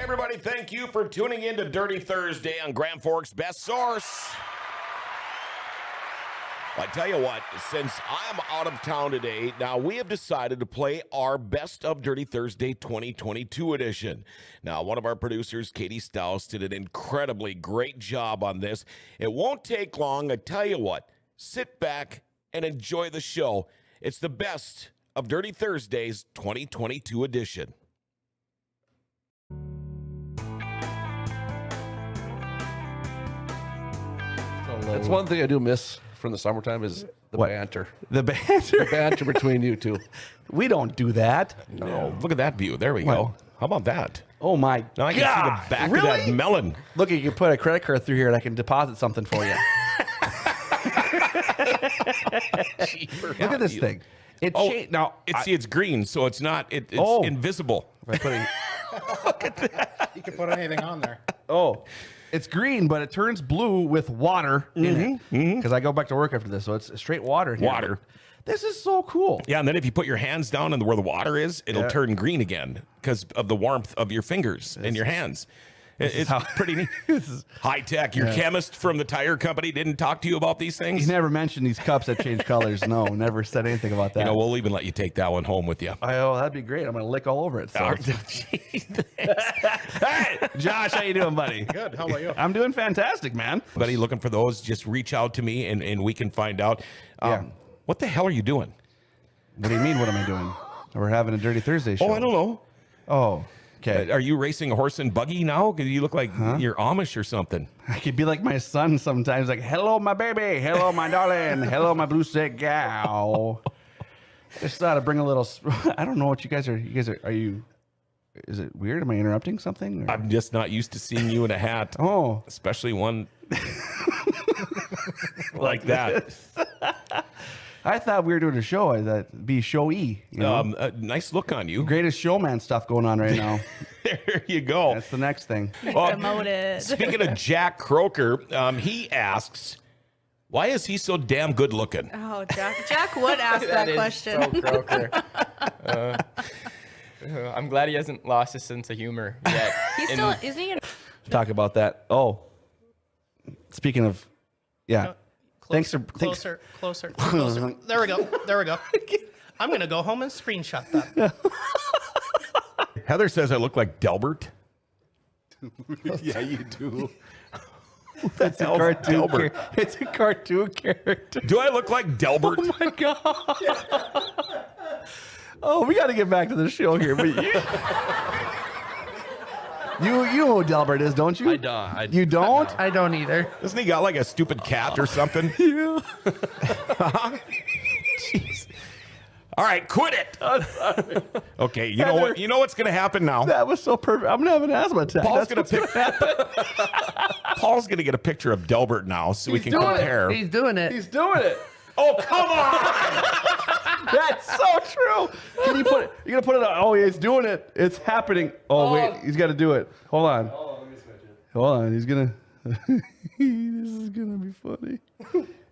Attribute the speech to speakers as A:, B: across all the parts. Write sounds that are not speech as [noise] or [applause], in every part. A: everybody. Thank you for tuning in to Dirty Thursday on Grand Forks Best Source. I tell you what, since I'm out of town today, now we have decided to play our Best of Dirty Thursday 2022 edition. Now, one of our producers, Katie Staus, did an incredibly great job on this. It won't take long. I tell you what, sit back and enjoy the show. It's the Best of Dirty Thursday's 2022 edition.
B: That's one thing I do miss from the summertime is the
C: What?
B: banter.
C: The banter.
B: Banter between you two.
C: we don't do that.
A: Oh, look at that view. There we go. How about that?
C: Oh my
A: Now I can
C: god!
A: see the back
C: really?
A: of that
C: [laughs]
A: melon.
C: Look, you can put a credit card through here, and I can deposit something
A: [laughs]
C: for you. Look at this thing. It
A: Oh,
C: cha- now
A: it's see, it's green, so it's not it, it's
C: Oh.
A: invisible.
C: I, put a-
D: You can put anything on there.
C: oh, it's green, but it turns blue with water in it. Because I go back to work after this, so it's straight water. in here.
A: Water.
C: This is so cool.
A: Yeah, and then if you put your hands down and where the water is, it'll
C: Yeah.
A: turn green again because of the warmth of your fingers and your hands. It- it's
C: [laughs]
A: pretty neat. High tech. Your chemist from the tire company didn't talk to you about these
C: He
A: things.
C: never mentioned these cups that change colors. [laughs] No, never said anything about that.
A: You know, we'll even let you take that one home with you.
C: I- oh, that'd be great. I'm gonna lick all over it. So. [laughs] hey, Josh, how you doing, buddy?
D: Good. How about you?
C: I'm doing fantastic, man.
A: [laughs] Buddy, looking for those, just reach out to me and, and we can find out. Um,
C: Yeah.
A: What the hell are you doing?
C: What do you mean? What am I doing? We're having a Dirty Thursday show.
A: Oh, I don't know.
C: Oh, okay.
A: Uh, Are you racing a horse and buggy now? 'Cause you look like you're Amish or something.
C: I could be like my son sometimes, like, "Hello, my baby. Hello, my darling. Hello, my blue stick gal." Just thought I'd bring a little. [laughs] I don't know what you guys are. You guys are. Are you? Is it weird? Am I interrupting something? or-
A: I'm just not used to seeing you in a hat,
C: oh,
A: especially one like that.
C: I thought we were doing a show. I thought it'd be showy. You know?
A: Um, a nice look on you. [laughs]
C: Greatest showman stuff going on right now.
A: There you go.
C: That's the next thing.
A: Well,
E: Promoted.
A: speaking of Jack Croker, um, he asks, "Why is he so damn good looking?"
E: Oh, Jack. Jack
F: [laughs]
E: would [laughs] ask that, question.
G: So Croker. Uh, uh, I'm glad he hasn't lost his sense of humor yet.
E: He's
G: And
E: still, isn't [laughs] he? In,
C: Talk about that. Oh, speaking of, yeah. Thanks for thanks-
H: closer, closer, closer. There we go. There we go. I'm gonna go home and screenshot that.
A: Heather says I look like Delbert.
B: yeah, you do.
C: It's a
A: hell's
C: cartoon.
A: Delbert?
C: char- [laughs] it's a cartoon character.
A: Do I look like Delbert?
C: my god. oh, we got to get back to the show here, but you. You, you know who Delbert is, don't you? I don't. you don't?
H: I don't either.
A: Doesn't he got like a stupid cat or something?
C: [laughs]
A: [laughs]
C: Yeah.
A: All right, quit it. okay, you know what? You know what's going to happen now.
C: That was so perfect. I'm gonna have an asthma attack.
A: Paul's
C: That's
A: gonna
C: what's gonna
A: pick. [laughs] Paul's gonna get a picture of Delbert now, so we can compare.
H: He's doing it.
C: He's doing [laughs] it.
A: Oh come on!
C: [laughs] That's so true. Can you put it? You're gonna put it on. Oh, he's doing it. It's happening. Oh, wait, he's got to do it. Hold on. Hold on. He's gonna. [laughs] this is gonna be funny.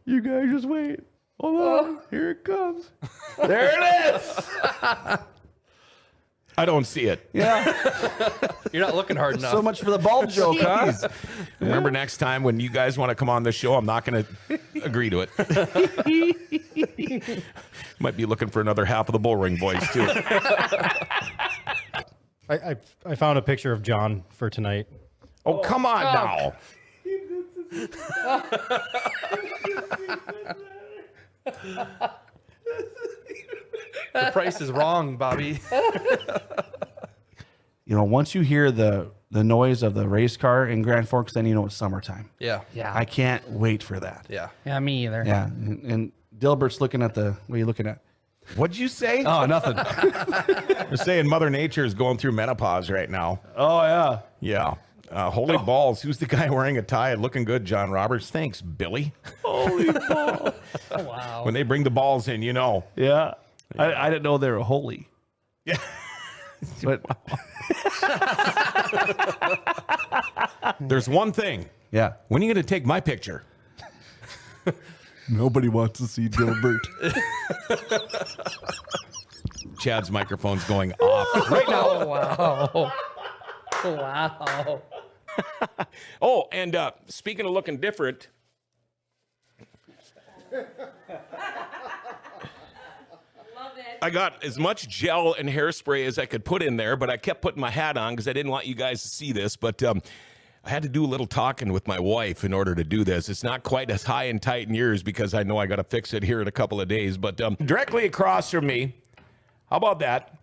C: You guys just wait. Hold on. Here it comes. Oh. There it is.
A: I don't see it.
C: Yeah.
G: You're not looking hard enough.
C: So much for the
G: [laughs]
C: bulb joke, huh?
A: [laughs] Remember next time when you guys want to come on this show, I'm not gonna agree to it. [laughs] Might be looking for another half of the bullring boys
D: [laughs]
A: too.
D: I, I, I found a picture of John for tonight.
A: Oh come on now!
G: the price is [laughs] wrong, Bobby.
C: You know, once you hear the the noise of the race car in Grand Forks, then you know it's summertime.
G: yeah.
H: Yeah.
C: I can't wait for that.
G: Yeah.
H: yeah, me either.
C: Yeah. And, and Dilbert's looking at the. What are you looking at?
A: What'd you say?
C: Oh, nothing.
A: You're saying Mother Nature is going through menopause right now.
C: [laughs] oh yeah.
A: Yeah. Uh, holy balls! Who's the guy [laughs] wearing a tie? Looking good, John Roberts. Thanks, Billy.
H: Oh, Wow.
A: When they bring the balls in, you know. [laughs]
C: Yeah. I, I didn't know they were holy.
A: Yeah.
G: [laughs]
C: But
A: There's one thing.
C: yeah.
A: When are you going to take my picture?
C: Nobody wants to see Dilbert.
A: Chad's microphone's going off.
G: Oh wow.
I: wow.
F: Oh, and uh, speaking of looking different, I got as much gel and hairspray as I could put in there, but I kept putting my hat on because I didn't want you guys to see this. But um, I had to do a little talking with my wife in order to do this. It's not quite as high and tight in yours because I know I got to fix it here in a couple of days. But um, directly across from me, how about that?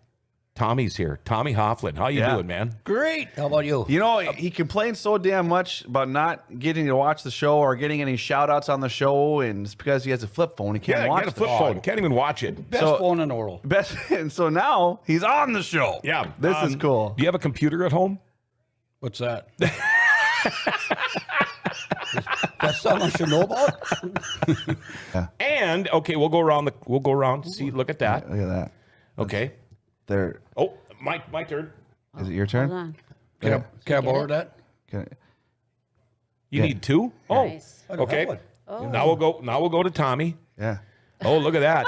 F: Tommy's here. Tommy Hofflin, how you
C: Yeah.
F: doing, man?
I: Great. How about you?
C: [laughs] You know, he complains so damn much about not getting to watch the show or getting any shout outs on the show, and it's because he has a flip phone. He can't
F: Yeah,
C: watch
F: get a
C: the
F: flip
C: show.
F: phone. Can't even watch it.
I: Best
C: So- [laughs]
I: phone in the world.
C: Best, and so now he's on the show.
F: Yeah,
C: this is
F: um,
C: cool.
F: Do you have a computer at home?
I: What's that? That's something I should know about?
F: And okay, we'll go around the we'll go around. See, look at that.
C: Look at that.
F: Okay.
C: There,
F: Oh, my my turn.
C: is it your turn?
J: on.
I: Can I, [laughs] can I borrow that?
C: Can Yeah.
F: You need two? Oh.
J: Nice.
I: I don't have
F: Okay.
I: one. Oh.
F: Now we'll go now we'll go to Tommy.
C: I- yeah.
F: Oh, look at that.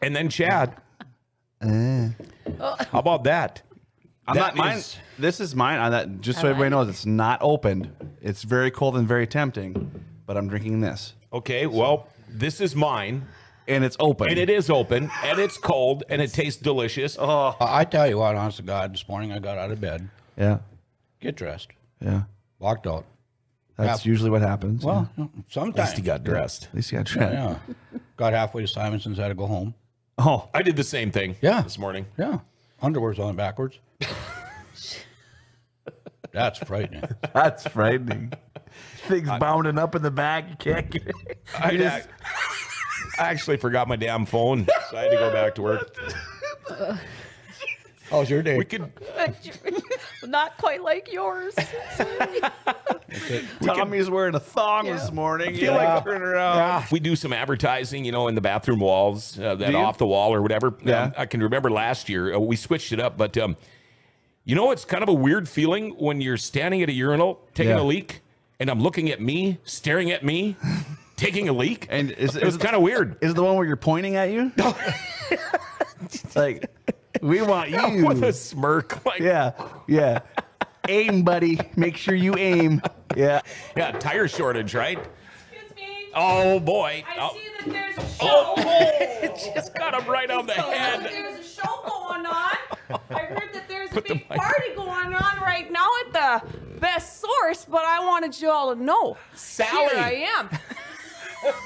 F: and then
I: [laughs]
F: Chad.
I: Oh.
F: How about that?
C: I'm not
F: That
C: mine.
F: is-
C: This is mine. On that, just so
J: I
C: everybody
J: like
C: knows, it's not opened. It's very cold and very tempting, but I'm drinking this,
F: Okay, well, this is mine.
C: and it's open.
F: And it is open and it's cold and it tastes delicious.
C: Oh.
I: I I tell you what, honest to God, this morning I got out of bed,
C: Yeah,
I: get dressed,
C: yeah.
I: walked out.
C: That's usually what happens.
I: Well,
C: yeah.
I: sometimes.
F: He got dressed.
C: at least you got try. [laughs]
I: Yeah. got halfway to Simonson's, had to go home.
C: Oh,
F: I did the same thing
I: Yeah.
F: this morning.
I: Yeah. Underwear's on backwards. That's frightening.
C: that's frightening. Things bounding up in the back. You can't get it.
F: I, ac- [laughs] I actually forgot my damn phone, so I had to go back to work.
I: How's your day?
F: We could
J: Not quite like yours.
C: Tommy's wearing a thong this morning. You like turn around.
F: uh, we do some advertising, you know, in the bathroom walls, uh, that
C: you?
F: off the wall or whatever.
C: Yeah.
F: Um, I can remember last year uh, we switched it up, but um, you know, it's kind of a weird feeling when you're standing at a urinal taking
C: Yeah.
F: a leak, and I'm looking at me, staring at me, taking a leak,
C: And is-
F: it was
C: is-
F: kind of weird.
C: Is it the one where you're pointing at you? like, we
F: [laughs]
C: want you.
F: [laughs] With a smirk, like yeah.
C: Yeah, yeah. aim, buddy. Make sure you aim. Yeah.
F: tire shortage, right?
E: Excuse me.
F: Oh boy!
E: I
F: Oh,
E: see that there's a
F: oh,
E: show.
F: [laughs] it just got him right on the
E: I heard
F: head.
E: There's a show going on. I heard that there's a
F: Put the
E: big
F: mic-
E: party going on right now at the best source, but I wanted you all to know.
F: Sally.
E: Here I am.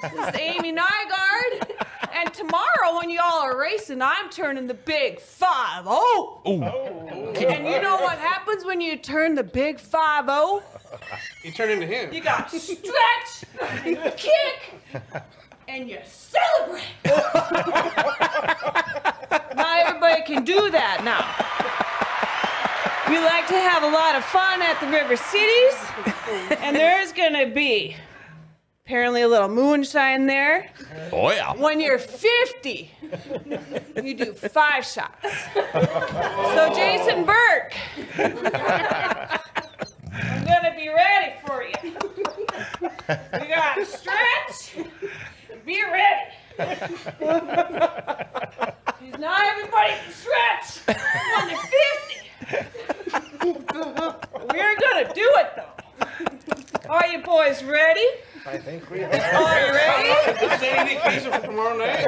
E: this is Amy Nygaard. And tomorrow, when you all are racing, I'm turning the big 5 0.
B: Oh.
E: And you know what happens when you turn the big 5 0?
B: You turn into him.
E: You got stretch, and kick, and you celebrate. now everybody can do that now. We like to have a lot of fun at the River Cities, and there's gonna be apparently a little moonshine there.
F: Oh yeah.
E: When you're 50, you do five shots. So Jason Burke, I'm gonna be ready for you. You gotta stretch. Be ready. Because not everybody can stretch when they're 50. We're gonna do it though. Are you boys ready? Are you ready?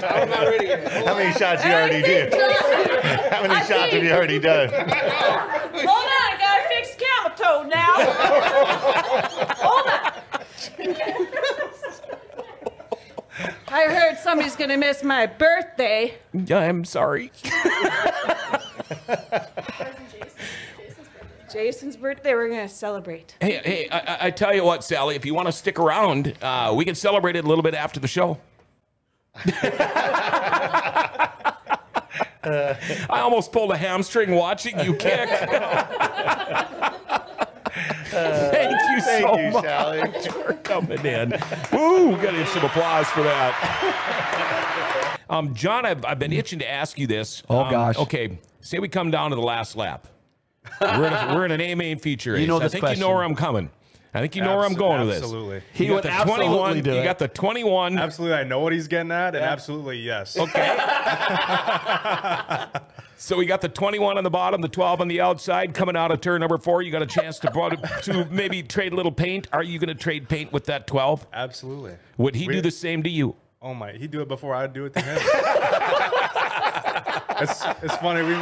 K: How many shots you already
E: Everything
K: did?
E: done.
K: How many
E: I
K: shots have
E: think-
K: you already done?
E: Hold on, I gotta fix camel toe now. Hold on. I heard somebody's gonna miss my birthday.
F: I'm sorry.
E: Jason's birthday, we're gonna celebrate.
F: Hey, hey, I, I- I tell you what, Sally, if you want to stick around, uh, we can celebrate it a little bit after
K: [laughs]
F: the show. I almost pulled a hamstring watching you
K: [laughs]
F: kick. thank you
K: Thank
F: so
K: you,
F: much
K: Sally.
F: for coming in. Woo, we gotta get some applause for that. Um, John, I've, I've been itching to ask you this.
C: Oh,
F: Um,
C: gosh.
F: Okay, say we come down to the last lap. We're in, a, we're in an A main feature.
C: You know
F: Ace. I
C: this
F: think you
C: question.
F: know where I'm coming. I think you know where I'm
A: Abso-
F: going with this.
A: Absolutely.
F: He
A: You
F: would
A: got the 21,
F: absolutely do
A: You
F: it.
A: got
F: the 21.
A: Absolutely. I know what he's getting at, and absolutely, yes.
F: Okay. So we got the 21 on the bottom, the 12 on the outside. Coming out of turn number four, you got a chance to to maybe trade a little paint. Are you going to trade paint with that 12?
A: Absolutely.
F: Would he do
A: We're-
F: the same to you?
A: Oh my, he'd do it before I'd do it
K: [laughs]
A: to him. it's, it's funny. We, we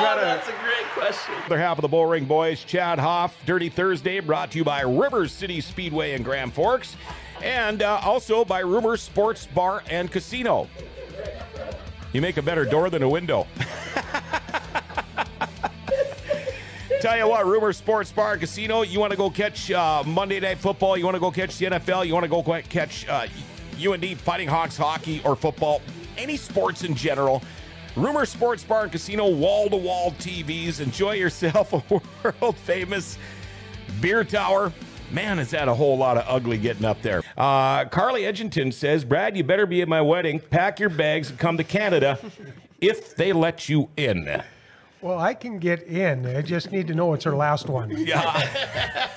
A: got a,
L: that's a great question.
F: Other half of the Bullring Boys, Chad Hoff, Dirty Thursday, brought to you by River City Speedway in Grand Forks, and uh, also by Rumor Sports Bar and Casino. You make a better door than a window. Tell you what, Rumor Sports Bar and Casino, you want to go catch uh, Monday Night Football, you want to go catch the NFL, you want to go qu- catch uh, UND Fighting Hawks hockey or football, any sports in general. Rumor Sports Bar and Casino, wall to wall TVs. Enjoy yourself a [laughs] world famous beer tower. Man, is that a whole lot of ugly getting up there. Uh, Carly Edgington says, Brad, you better be at my wedding. Pack your bags and come to Canada if they let you in.
M: Well, I can get in. I just need to know it's her last one.
F: Yeah.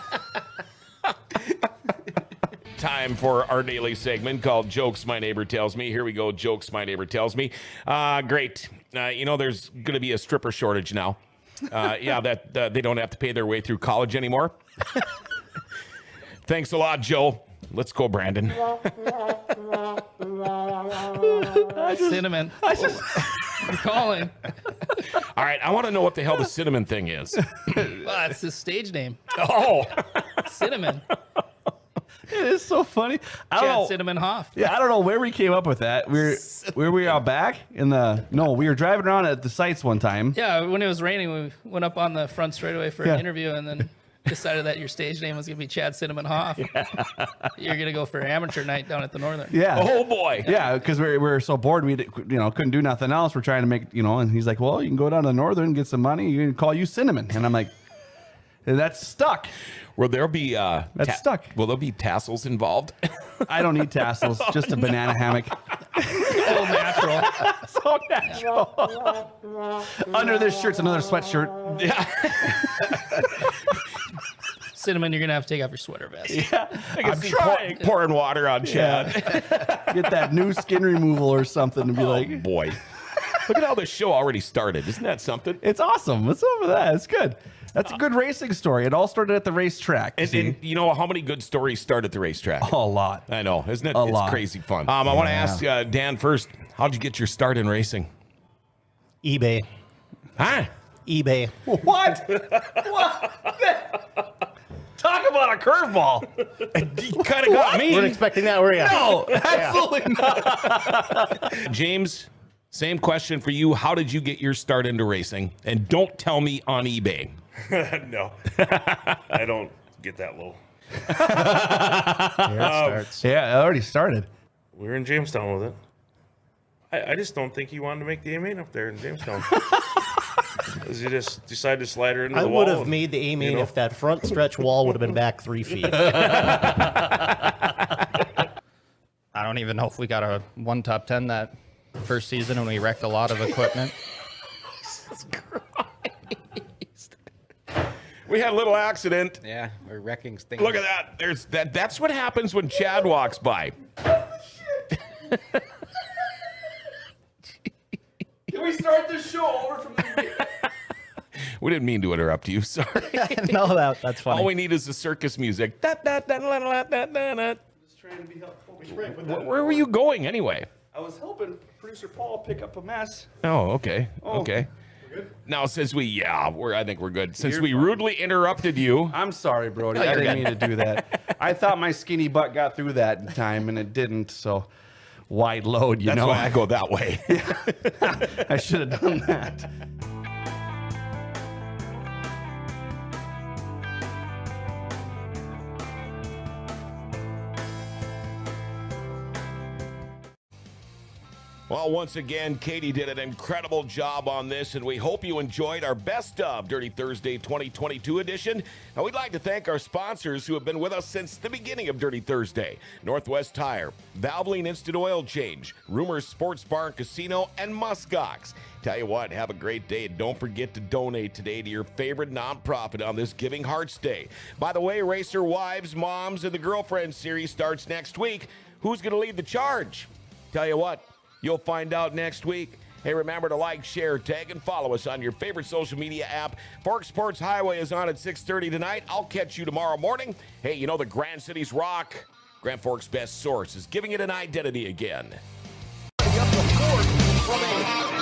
F: [laughs] Time for our daily segment called Jokes My Neighbor Tells Me. Here we go. Jokes My Neighbor Tells Me. Uh, great. Uh, you know, there's going to be a stripper shortage now. Uh, [laughs] yeah, that uh, they don't have to pay their way through college anymore. [laughs] Thanks a lot, Joe. Let's go, Brandon.
C: [laughs]
H: Cinnamon. I [laughs] just,
G: I'm calling.
F: All right, I want to know what the hell the cinnamon thing is.
H: well, that's his stage name.
F: Oh,
H: cinnamon.
C: Oh. It is so funny. I don't
H: Chad
C: know.
H: Cinnamon Hoff.
C: Yeah, I don't know where we came up with that. We were, where we are back in the no, we were driving around at the sites one time.
H: Yeah, when it was raining, we went up on the front straightaway for
C: Yeah.
H: an interview, and then decided that your stage name was gonna be Chad Cinnamon Hoff.
C: [laughs]
H: You're gonna go for amateur night down at the Northern.
C: Yeah.
F: Oh, boy.
C: Yeah, because we were so bored, we d- you know couldn't do nothing else. We're trying to make you know, and he's like, "Well, you can go down to Northern get some money. You can call you cinnamon." And I'm like, "That's stuck."
F: Will there be uh,
C: that's
F: ta-
C: stuck?
F: Will there be tassels
C: [laughs]
F: involved?
C: I don't need
F: [laughs]
C: tassels,
F: Oh,
C: just a banana hammock.
H: So natural.
C: [laughs] so natural. Under this shirt's another sweatshirt.
F: Yeah.
H: Cinnamon, you're gonna have to take off your sweater vest.
C: Yeah,
F: I can see pour- pouring water on Chad.
C: [laughs] Get that new skin removal or something, and be like,
F: boy. Look at how the show already started. Isn't that something?
C: It's awesome. What's up with that? It's good. That's a good racing story. It all started at the racetrack.
F: And,
C: see?
F: and you know how many good stories start at the racetrack?
C: A lot.
F: I know, isn't it?
C: A
F: it's
C: lot.
F: crazy fun. Um, I want to
C: Yeah.
F: ask uh, Dan first. How'd you get your start in racing?
H: eBay.
F: Huh?
H: eBay.
C: What? Talk about a curveball.
F: You kind of got me.
L: Weren't expecting that, were you?
F: [laughs]
C: No, absolutely not.
F: James, same question for you. How did you get your start into racing? And don't tell me on eBay.
K: [laughs] no, I don't get that low. Um,
C: Yeah, it already started.
K: we were in Jamestown with it. I, I just don't think he wanted to make the A main up there in
I: [laughs]
K: Jamestown. 'Cause he just decided to slide her into
L: I
K: the
L: would
K: wall.
L: have
K: and,
L: made the aim
K: you
L: in
K: know.
L: if that front stretch wall would have been back three feet.
G: I don't even know if we got a one top ten that first season, and we wrecked a lot of equipment. [laughs]
F: We had a little accident.
N: Yeah, we're wrecking things.
F: Look at that. There's that. That's what happens when Chad walks by.
C: Can we start this show over from the
F: We didn't mean to interrupt you. Sorry.
C: [laughs]
L: no, that, that's
F: All
L: funny.
F: we need is the circus music. Da, da, da, da, da, da, da, da. Where, where were you going anyway?
C: I was helping producer Paul pick up a mess.
F: Oh, okay.
C: Oh.
F: Okay. Now, since we, yeah, we're, I think we're good. Since
C: You're
F: we rudely interrupted you.
C: I'm sorry, Brody.
F: No,
C: I
F: you're
C: didn't
F: good.
C: mean to do that. I thought my skinny butt got through that in time, and it didn't. So wide load, you
F: That's
C: know.
F: why I go that way.
C: [laughs] I should have done that.
F: Well, once again, Katie did an incredible job on this, and we hope you enjoyed our Best of Dirty Thursday 2022 edition. Now, we'd like to thank our sponsors who have been with us since the beginning of Dirty Thursday Northwest Tire, Valvoline Instant Oil Change, Rumors Sports Bar and Casino, and Muskox. Tell you what, have a great day, and don't forget to donate today to your favorite nonprofit on this Giving Hearts Day. By the way, Racer Wives, Moms, and the Girlfriend series starts next week. Who's going to lead the charge? Tell you what, You'll find out next week. Hey, remember to like, share, tag, and follow us on your favorite social media app. Fork Sports Highway is on at 6.30 tonight. I'll catch you tomorrow morning. Hey, you know the Grand Cities rock? Grand Forks' best source is giving it an identity again.
N: Up the fourth from a